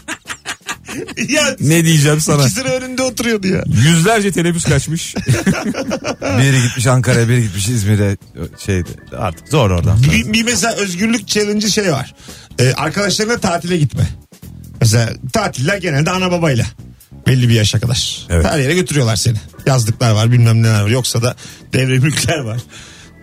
B: *laughs* ya. ya
D: *laughs* Ne diyeceğim sana?
B: iki sıra önünde oturuyordu ya.
D: Yüzlerce teneffüs
B: *laughs*
D: kaçmış.
C: Biri gitmiş Ankara'ya, biri gitmiş İzmir'e. Şeydi. Artık zor oradan. sonra.
B: Bir, bir mesela özgürlük challenge'ı şey var. Ee, arkadaşlarına tatile gitme. Mesela tatiller genelde ana babayla. Belli bir yaşa kadar.
C: Evet.
B: Her yere götürüyorlar seni. Yazlıklar var bilmem neler var. Yoksa da devre mülkler var.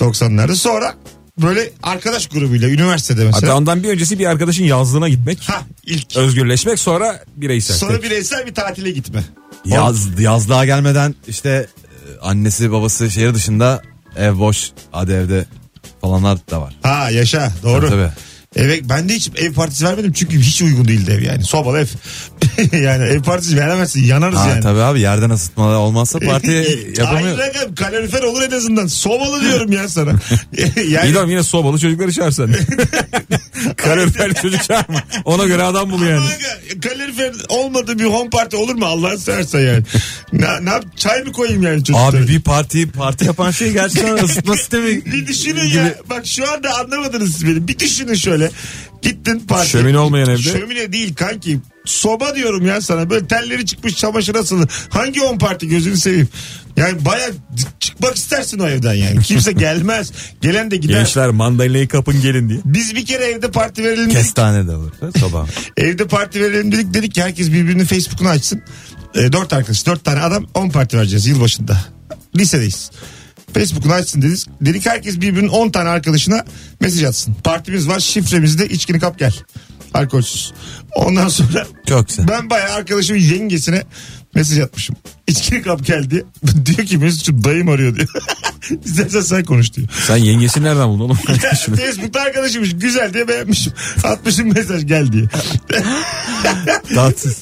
B: 90'larda. Sonra böyle arkadaş grubuyla üniversitede mesela.
D: Hatta ondan bir öncesi bir arkadaşın yazlığına gitmek.
B: Ha ilk.
D: Özgürleşmek sonra bireysel.
B: Sonra bireysel bir tatile gitme.
C: Yaz, yazlığa gelmeden işte e, annesi babası şehir dışında ev boş hadi evde falanlar da var.
B: Ha yaşa doğru.
C: Tabii.
B: Evet ben de hiç ev partisi vermedim çünkü hiç uygun değildi ev yani. Sobalı ev. *laughs* yani ev partisi veremezsin yanarız
C: Ha,
B: yani.
C: tabii abi yerden ısıtmalar
B: *laughs*
C: olmazsa parti
D: Ee,
B: Hayır
C: yapamıyor.
B: rakam kalorifer olur en azından. Sobalı diyorum
D: *laughs*
B: ya sana. *laughs* yani
D: İdam yine sobalı çocukları çağır
B: *laughs*
D: sen. Kalorifer çocuk çağırma. Ona göre adam bul yani.
B: Aga, kalorifer olmadığı bir home party olur mu Allah'ın
D: *laughs*
B: seversen yani. ne, ne yap, çay mı koyayım yani çocuklara?
C: Abi bir parti parti yapan şey gerçekten
B: *laughs*
C: ısıtma sistemi.
B: Bir düşünün ya. Bak şu anda anlamadınız siz beni. Bir düşünün şöyle. Gittin parti.
D: Şömine olmayan evde.
B: Şömine değil kanki. Soba diyorum ya sana. Böyle telleri çıkmış çamaşır asılı. Hangi on parti gözünü seveyim. Yani baya çıkmak istersin o evden yani.
D: *laughs*
B: Kimse gelmez. Gelen de gider.
D: Gençler mandalinayı kapın gelin diye.
B: Biz bir kere evde parti verelim dedik.
C: Kestane de olur. Sabah.
B: Evde parti verelim dedik. Dedik ki herkes birbirinin Facebook'unu açsın. E, dört arkadaş, dört tane adam 10 parti vereceğiz yılbaşında. Lisedeyiz. Facebook'unu açsın dedik. Dedik herkes birbirinin 10 tane arkadaşına mesaj atsın. Partimiz var şifremiz de içkini kap gel. Alkolsüz. Ondan sonra
C: Çok güzel.
B: ben bayağı arkadaşımın yengesine mesaj atmışım. İçkini kap geldi. *laughs* diyor ki Mesut'cum dayım arıyor diyor. *laughs* İstersen sen konuş diyor.
D: Sen yengesini nereden buldun
B: *laughs*
D: oğlum?
B: Ya, Facebook'ta arkadaşımmış güzel diye beğenmişim. Atmışım mesaj gel diye.
C: Tatsız.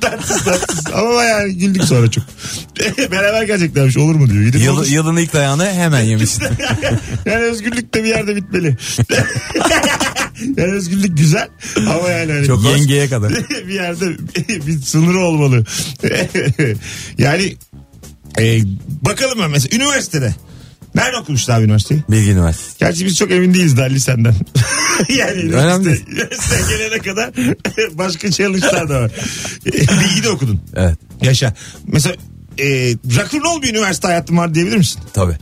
B: tatsız tatsız. Ama bayağı güldük sonra çok. *laughs* Beraber geleceklermiş olur mu diyor. Gidip
C: Yıl,
B: olur.
C: yılın ilk dayağını hemen yemiştim.
B: *laughs* yani özgürlük de bir yerde bitmeli. *laughs* yani özgürlük güzel ama yani hani
D: Çok yengeye kadar.
B: *laughs* bir yerde bir sınırı olmalı. *laughs* yani e, bakalım ben mesela üniversitede. Nerede okumuştu abi üniversiteyi?
C: Bilgi Üniversitesi.
B: Gerçi biz çok emin değiliz Dali senden. *laughs* yani
C: Önemli
B: üniversite,
C: değil.
B: üniversite gelene kadar *laughs* başka challenge'lar da var. *laughs* Bilgi de okudun.
C: Evet
B: Yaşa. Mesela e, rock'n'roll bir üniversite hayatım var diyebilir misin?
C: tabii.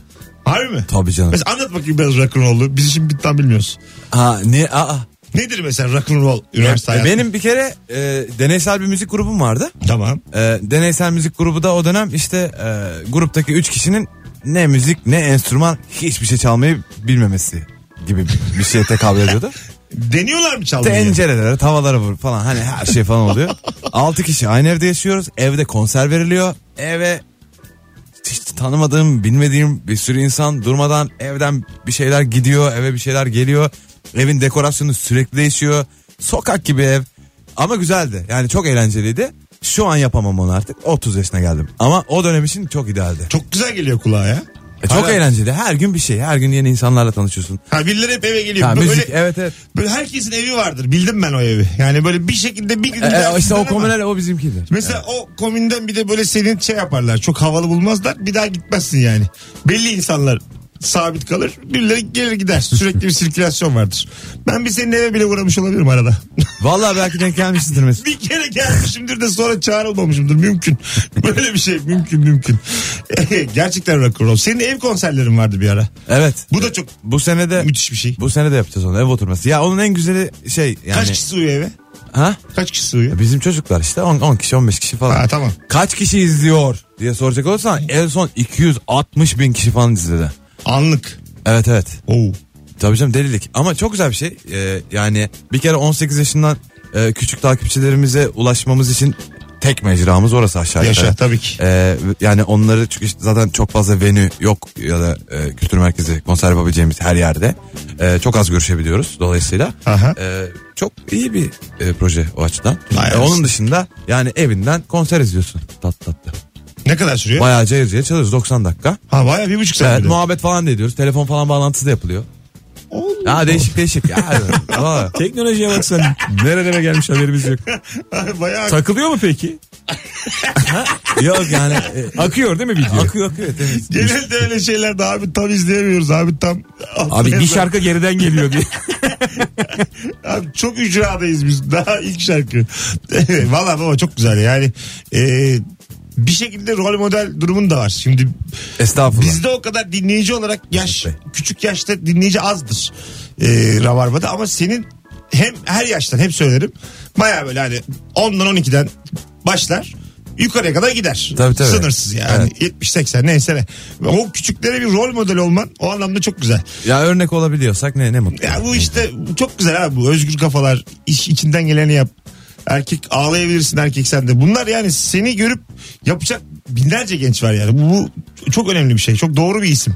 B: Harbi mi?
C: Tabii
B: *laughs*
C: canım.
B: Mesela anlat bakayım biraz rock'n'roll'u. Biz şimdi tam bilmiyoruz.
C: Ha ne aa.
B: Nedir mesela rock'n'roll üniversite hayatı?
C: Benim bir kere e, deneysel bir müzik grubum vardı.
B: Tamam.
C: E, deneysel müzik grubu da o dönem işte e, gruptaki 3 kişinin ne müzik ne enstrüman hiçbir şey çalmayı bilmemesi gibi bir şeye tekabül ediyordu.
B: Deniyorlar mı çalmayı?
C: Tencerelere tavalara vur falan hani her şey falan
B: *laughs*
C: oluyor. 6 kişi aynı evde yaşıyoruz. Evde konser veriliyor. Eve hiç tanımadığım bilmediğim bir sürü insan durmadan evden bir şeyler gidiyor eve bir şeyler geliyor. Evin dekorasyonu sürekli değişiyor. Sokak gibi ev ama güzeldi yani çok eğlenceliydi. Şu an yapamam onu artık 30 yaşına geldim ama o dönem için çok idealdi.
B: Çok güzel geliyor kulağa ya.
C: E, çok
B: Hala-
C: eğlenceli. Her gün bir şey. Her gün yeni insanlarla tanışıyorsun.
B: Ha birileri hep eve geliyor.
C: Ha,
B: böyle,
C: müzik evet evet.
B: böyle herkesin evi vardır. Bildim ben o evi. Yani böyle bir şekilde bir gün
C: E,
B: gidersin
C: işte o
B: ama-
C: komünel o bizimkidir.
B: Mesela o komünden bir de böyle senin şey yaparlar. Çok havalı bulmazlar. Bir daha gitmezsin yani. Belli insanlar sabit kalır. Birileri gelir gider. Sürekli bir sirkülasyon vardır. Ben bir senin eve bile uğramış olabilirim arada. *laughs*
C: Vallahi belki denk gelmişsindir mesela.
B: bir kere gelmişimdir de sonra çağrılmamışımdır. Mümkün. *laughs* Böyle bir şey mümkün mümkün. *laughs* Gerçekten rock'n'roll. Senin ev konserlerin vardı bir ara.
C: Evet.
B: Bu da çok
C: Bu sene de
B: müthiş bir şey.
C: bu sene de yapacağız onu ev oturması. Ya onun en güzeli şey yani.
B: Kaç kişi uyuyor eve?
C: Ha?
B: Kaç kişi uyuyor?
C: Bizim çocuklar işte 10, 10 kişi 15 kişi falan.
B: Ha tamam.
C: Kaç kişi izliyor diye soracak olursan en son 260 bin kişi falan izledi.
B: Anlık.
C: Evet evet.
B: Oo.
C: Tabii canım delilik. Ama çok güzel bir şey. Ee, yani bir kere 18 yaşından e, küçük takipçilerimize ulaşmamız için tek mecramız orası aşağı yukarı.
B: Yaşa tabii ki.
C: Ee, yani onları çünkü işte zaten çok fazla venü yok ya da e, kültür merkezi konser yapabileceğimiz her yerde. Ee, çok az görüşebiliyoruz dolayısıyla.
B: Aha.
C: Ee, çok iyi bir e, proje o açıdan.
B: Vay
C: Ee,
B: anasını.
C: onun dışında yani evinden konser izliyorsun tat tatlı.
B: Ne kadar sürüyor?
C: Bayağı cayır cayır çalıyoruz 90 dakika.
B: Ha bayağı bir buçuk saat.
C: Evet,
B: bile.
C: muhabbet falan da ediyoruz. Telefon falan bağlantısı da yapılıyor.
B: Oo.
C: Ha değişik
D: *laughs*
C: değişik. Ya, valla.
D: Teknolojiye bak sen. Nerelere gelmiş haberimiz yok.
B: *laughs* bayağı
D: Takılıyor mu peki?
C: *laughs* Yok yani. e,
D: Akıyor değil mi video?
C: akıyor akıyor temiz.
B: Genelde öyle şeyler de abi tam izleyemiyoruz abi tam.
D: Abi bir şarkı geriden geliyor diye.
B: Abi çok ücradayız biz *laughs* daha ilk şarkı. Valla baba çok güzel yani. Ee, bir şekilde rol model durumun da var. Şimdi
C: *laughs* Estağfurullah.
B: bizde o kadar dinleyici olarak yaş küçük yaşta dinleyici azdır ee, Rabarba'da ama senin hem her yaştan hep söylerim baya böyle hani 10'dan 12'den başlar yukarıya kadar gider.
C: Tabii, tabii.
B: Sınırsız yani 70-80 neyse ne. O küçüklere bir rol model olman o anlamda çok güzel.
C: Ya örnek olabiliyorsak ne ne mutlu.
B: Ya bu işte çok güzel abi bu özgür kafalar iş içinden geleni yap. Erkek ağlayabilirsin erkek sen de. Bunlar yani seni görüp yapacak binlerce genç var yani. Bu, bu çok önemli bir şey. Çok doğru bir isim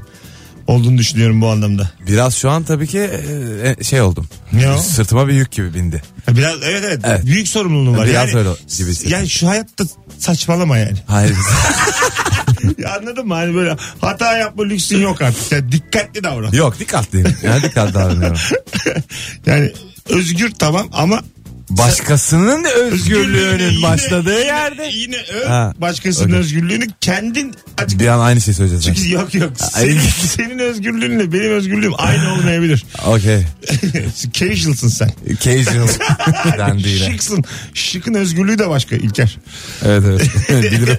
B: olduğunu düşünüyorum bu anlamda.
C: Biraz şu an tabii ki e, e, şey oldum.
B: Ne o?
C: Sırtıma bir yük gibi bindi.
B: Biraz evet evet,
C: Evet.
B: büyük sorumluluğun var.
C: Biraz
B: yani,
C: öyle gibi hissediyorum.
B: yani şu hayatta saçmalama yani.
C: Hayır.
B: *laughs* Ya Anladın mı? Hani böyle hata yapma lüksün yok artık. Yani dikkatli davran.
C: *laughs* Yok dikkatliyim. Yani dikkatli davranıyorum.
B: *laughs* Yani özgür tamam ama
C: Başkasının
B: özgürlüğünün
C: özgürlüğünün
B: yine-
C: başladığı
B: yine-
C: yerde.
B: Yine öv
C: Ha,
B: başkasının
C: okey.
B: özgürlüğünü kendin açık
C: Bir an aynı şeyi söyleyeceğiz.
B: Çünkü yok yok.
C: Ay.
B: Senin, senin özgürlüğünle benim özgürlüğüm aynı
C: *laughs*
B: olmayabilir.
C: Okey.
B: Casual'sın sen.
D: *laughs*
C: Casual dendi
D: Şey-
C: yine.
B: Şıksın. Şıkın özgürlüğü de başka İlker.
C: Evet evet. Bilirim.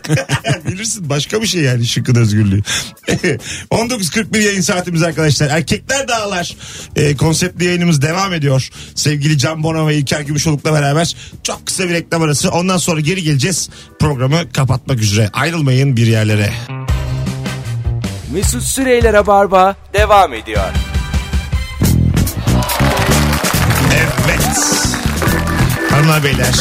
B: Bilirsin başka bir şey yani şıkın özgürlüğü. *laughs* 19.41 yayın saatimiz arkadaşlar. Erkekler Dağlar e, konseptli yayınımız devam ediyor. Sevgili Can Bono ve İlker Gümüşoluk'la beraber çok kısa bir reklam arası. Ondan sonra geri geleceğiz. Programı kapatmak üzere. Ayrılmayın bir yerlere.
A: Mesut Süreyler'e barba devam ediyor.
B: Evet. Hanımlar beyler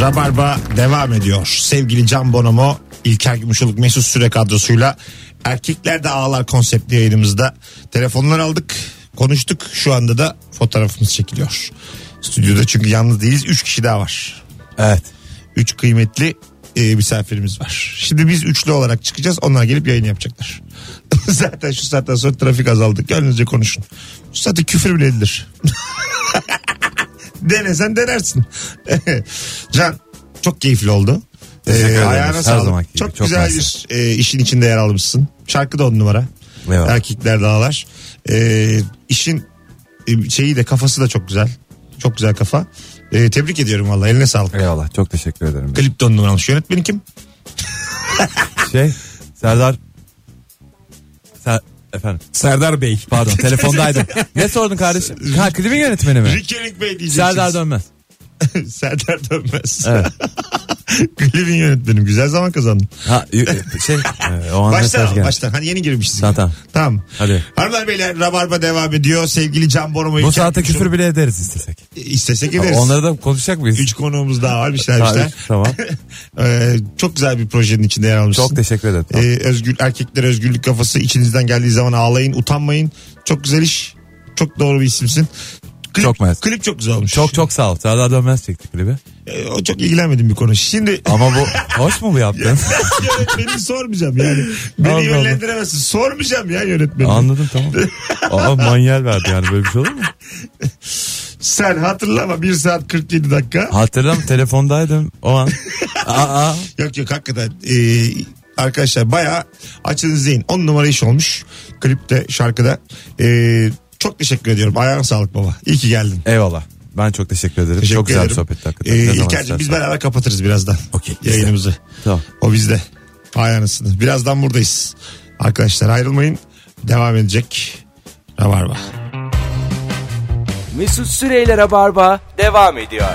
B: Rabarba devam ediyor. Sevgili Can Bonomo, İlker Gümüşoluk, Mesut Süre kadrosuyla Erkekler de Ağlar konseptli yayınımızda telefonlar aldık, konuştuk. Şu anda da fotoğrafımız çekiliyor. Stüdyoda çünkü yalnız değiliz. Üç kişi daha var.
C: Evet.
B: Üç kıymetli e, misafirimiz var. Şimdi biz üçlü olarak çıkacağız. Onlar gelip yayın yapacaklar. *laughs* Zaten şu saatten sonra trafik azaldı. Gönlünüzce konuşun. Şu saatte küfür bile edilir. *laughs* Denesen denersin. *laughs* Can çok keyifli oldu.
C: Teşekkür
B: Ee,
C: ederiz.
B: ayağına
C: Her
B: sağlık.
C: zamanki gibi.
B: çok,
C: Çok
B: güzel
C: mersi.
B: bir e, işin içinde yer almışsın. Şarkı da on numara.
C: Eyvallah.
B: Erkekler dağlar. Ee, işin e, şeyi de kafası da çok güzel. Çok güzel kafa. Ee, tebrik ediyorum vallahi eline sağlık.
C: Eyvallah. Çok teşekkür ederim.
B: Klip de on numara almış. Yönetmeni kim?
C: Şey Serdar. Ser... Efendim.
D: Serdar Bey.
C: Pardon telefondaydım.
D: *laughs*
C: ne sordun kardeşim? Ha klibin yönetmeni mi?
B: Rick Herring Bey diyeceksiniz.
C: Serdar Dönmez.
B: *laughs* Serdar Dönmez.
C: Evet.
B: *laughs* Klibin yönetmenim. Güzel zaman kazandın.
C: Ha y- şey e, o an
B: Baştan
C: mesaj
B: al,
C: geldi.
B: baştan. Hani yeni girmişiz.
C: Tamam, tamam.
B: Tamam.
C: Hadi.
B: Hanımlar beyler Rabarba devam ediyor. Sevgili Can Bonomo'yu...
C: Bu saate küfür bile ederiz istesek.
B: İstesek ederiz.
C: Onları da konuşacak mıyız?
B: Üç konuğumuz daha var bir şeyler.
C: Ha,
B: bir şeyler.
C: üç,
B: *laughs*
C: tamam.
B: Ee, çok güzel bir projenin içinde yer almışsın.
C: Çok teşekkür ederim.
B: Ee, özgür erkekler özgürlük kafası içinizden geldiği zaman ağlayın, utanmayın. Çok güzel iş. Çok doğru bir isimsin. Klip,
C: Çok maz.
B: Klip çok güzel olmuş.
C: Çok çok sağ ol. Serdar Dönmez çekti klibi.
B: Ee, o çok ilgilenmedim bir konu. Şimdi
C: Ama bu hoş mu
B: *laughs*
C: bu yaptın?
B: yönetmeni sormayacağım yani. Beni
C: Anladım.
B: yönlendiremezsin. Sormayacağım ya yönetmeni.
C: Anladım
B: *laughs*
C: tamam. Aa manyel verdi yani böyle bir şey olur mu?
B: Sen hatırlama 1 saat 47 dakika.
C: Hatırlam telefondaydım o an. Aa,
B: Yok yok hakikaten. Ee, arkadaşlar bayağı açın izleyin. 10 numara iş olmuş. Klipte şarkıda. Ee, çok teşekkür ediyorum. Ayağına sağlık baba. İyi ki geldin.
C: eyvallah. Ben çok teşekkür ederim.
B: Teşekkür
C: çok güzel
B: ederim.
C: bir sohbetti hakikaten. Ne
B: Ee,
C: zaman
B: İlker'cim biz
C: istersen.
B: beraber kapatırız birazdan.
C: Okey, bizde.
B: Yayınımızı.
C: Tamam.
B: O bizde. Ayağınızını. Birazdan buradayız. Arkadaşlar ayrılmayın. Devam edecek. Rabarba.
A: Mesut Süreyler'e barba devam ediyor.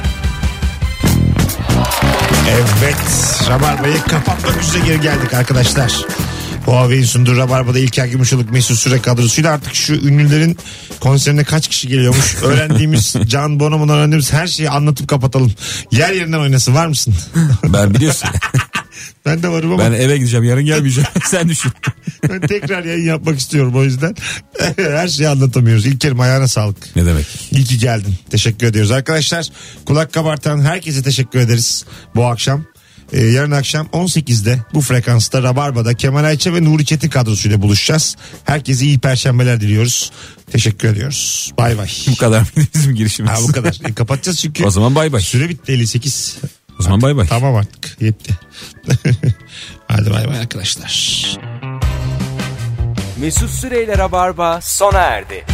B: Evet. Rabarba'yı kapatmak üzere geri geldik arkadaşlar. Huawei'in sunduğu Rabarba'da İlker Gümüşoluk Mesut Süre kadrosuyla artık şu ünlülerin konserine kaç kişi geliyormuş öğrendiğimiz Can Bonomo'dan öğrendiğimiz her şeyi anlatıp kapatalım. Yer yerinden oynasın var mısın?
D: Ben biliyorsun.
B: ben de varım ama
D: ben eve gideceğim yarın
C: *laughs*
D: gelmeyeceğim. Sen düşün.
B: ben tekrar yayın yapmak istiyorum o yüzden. *laughs* her şeyi anlatamıyoruz. İlker'im ayağına sağlık.
D: Ne demek?
B: İyi ki geldin. Teşekkür ediyoruz arkadaşlar. Kulak kabartan herkese teşekkür ederiz bu akşam. Ee, yarın akşam 18'de bu frekansta Rabarba'da Kemal Ayça ve Nuri Çetin kadrosuyla buluşacağız. Herkese iyi perşembeler diliyoruz. Teşekkür ediyoruz. Bay bay.
D: Bu kadar bizim girişimiz.
B: Ha, bu kadar. E, kapatacağız çünkü.
D: O zaman bay bay.
B: Süre bitti 58.
D: O zaman bay bay.
B: Tamam artık. Yetti. *laughs* Hadi bay bay arkadaşlar.
A: Mesut Süreyler'e barba sona erdi.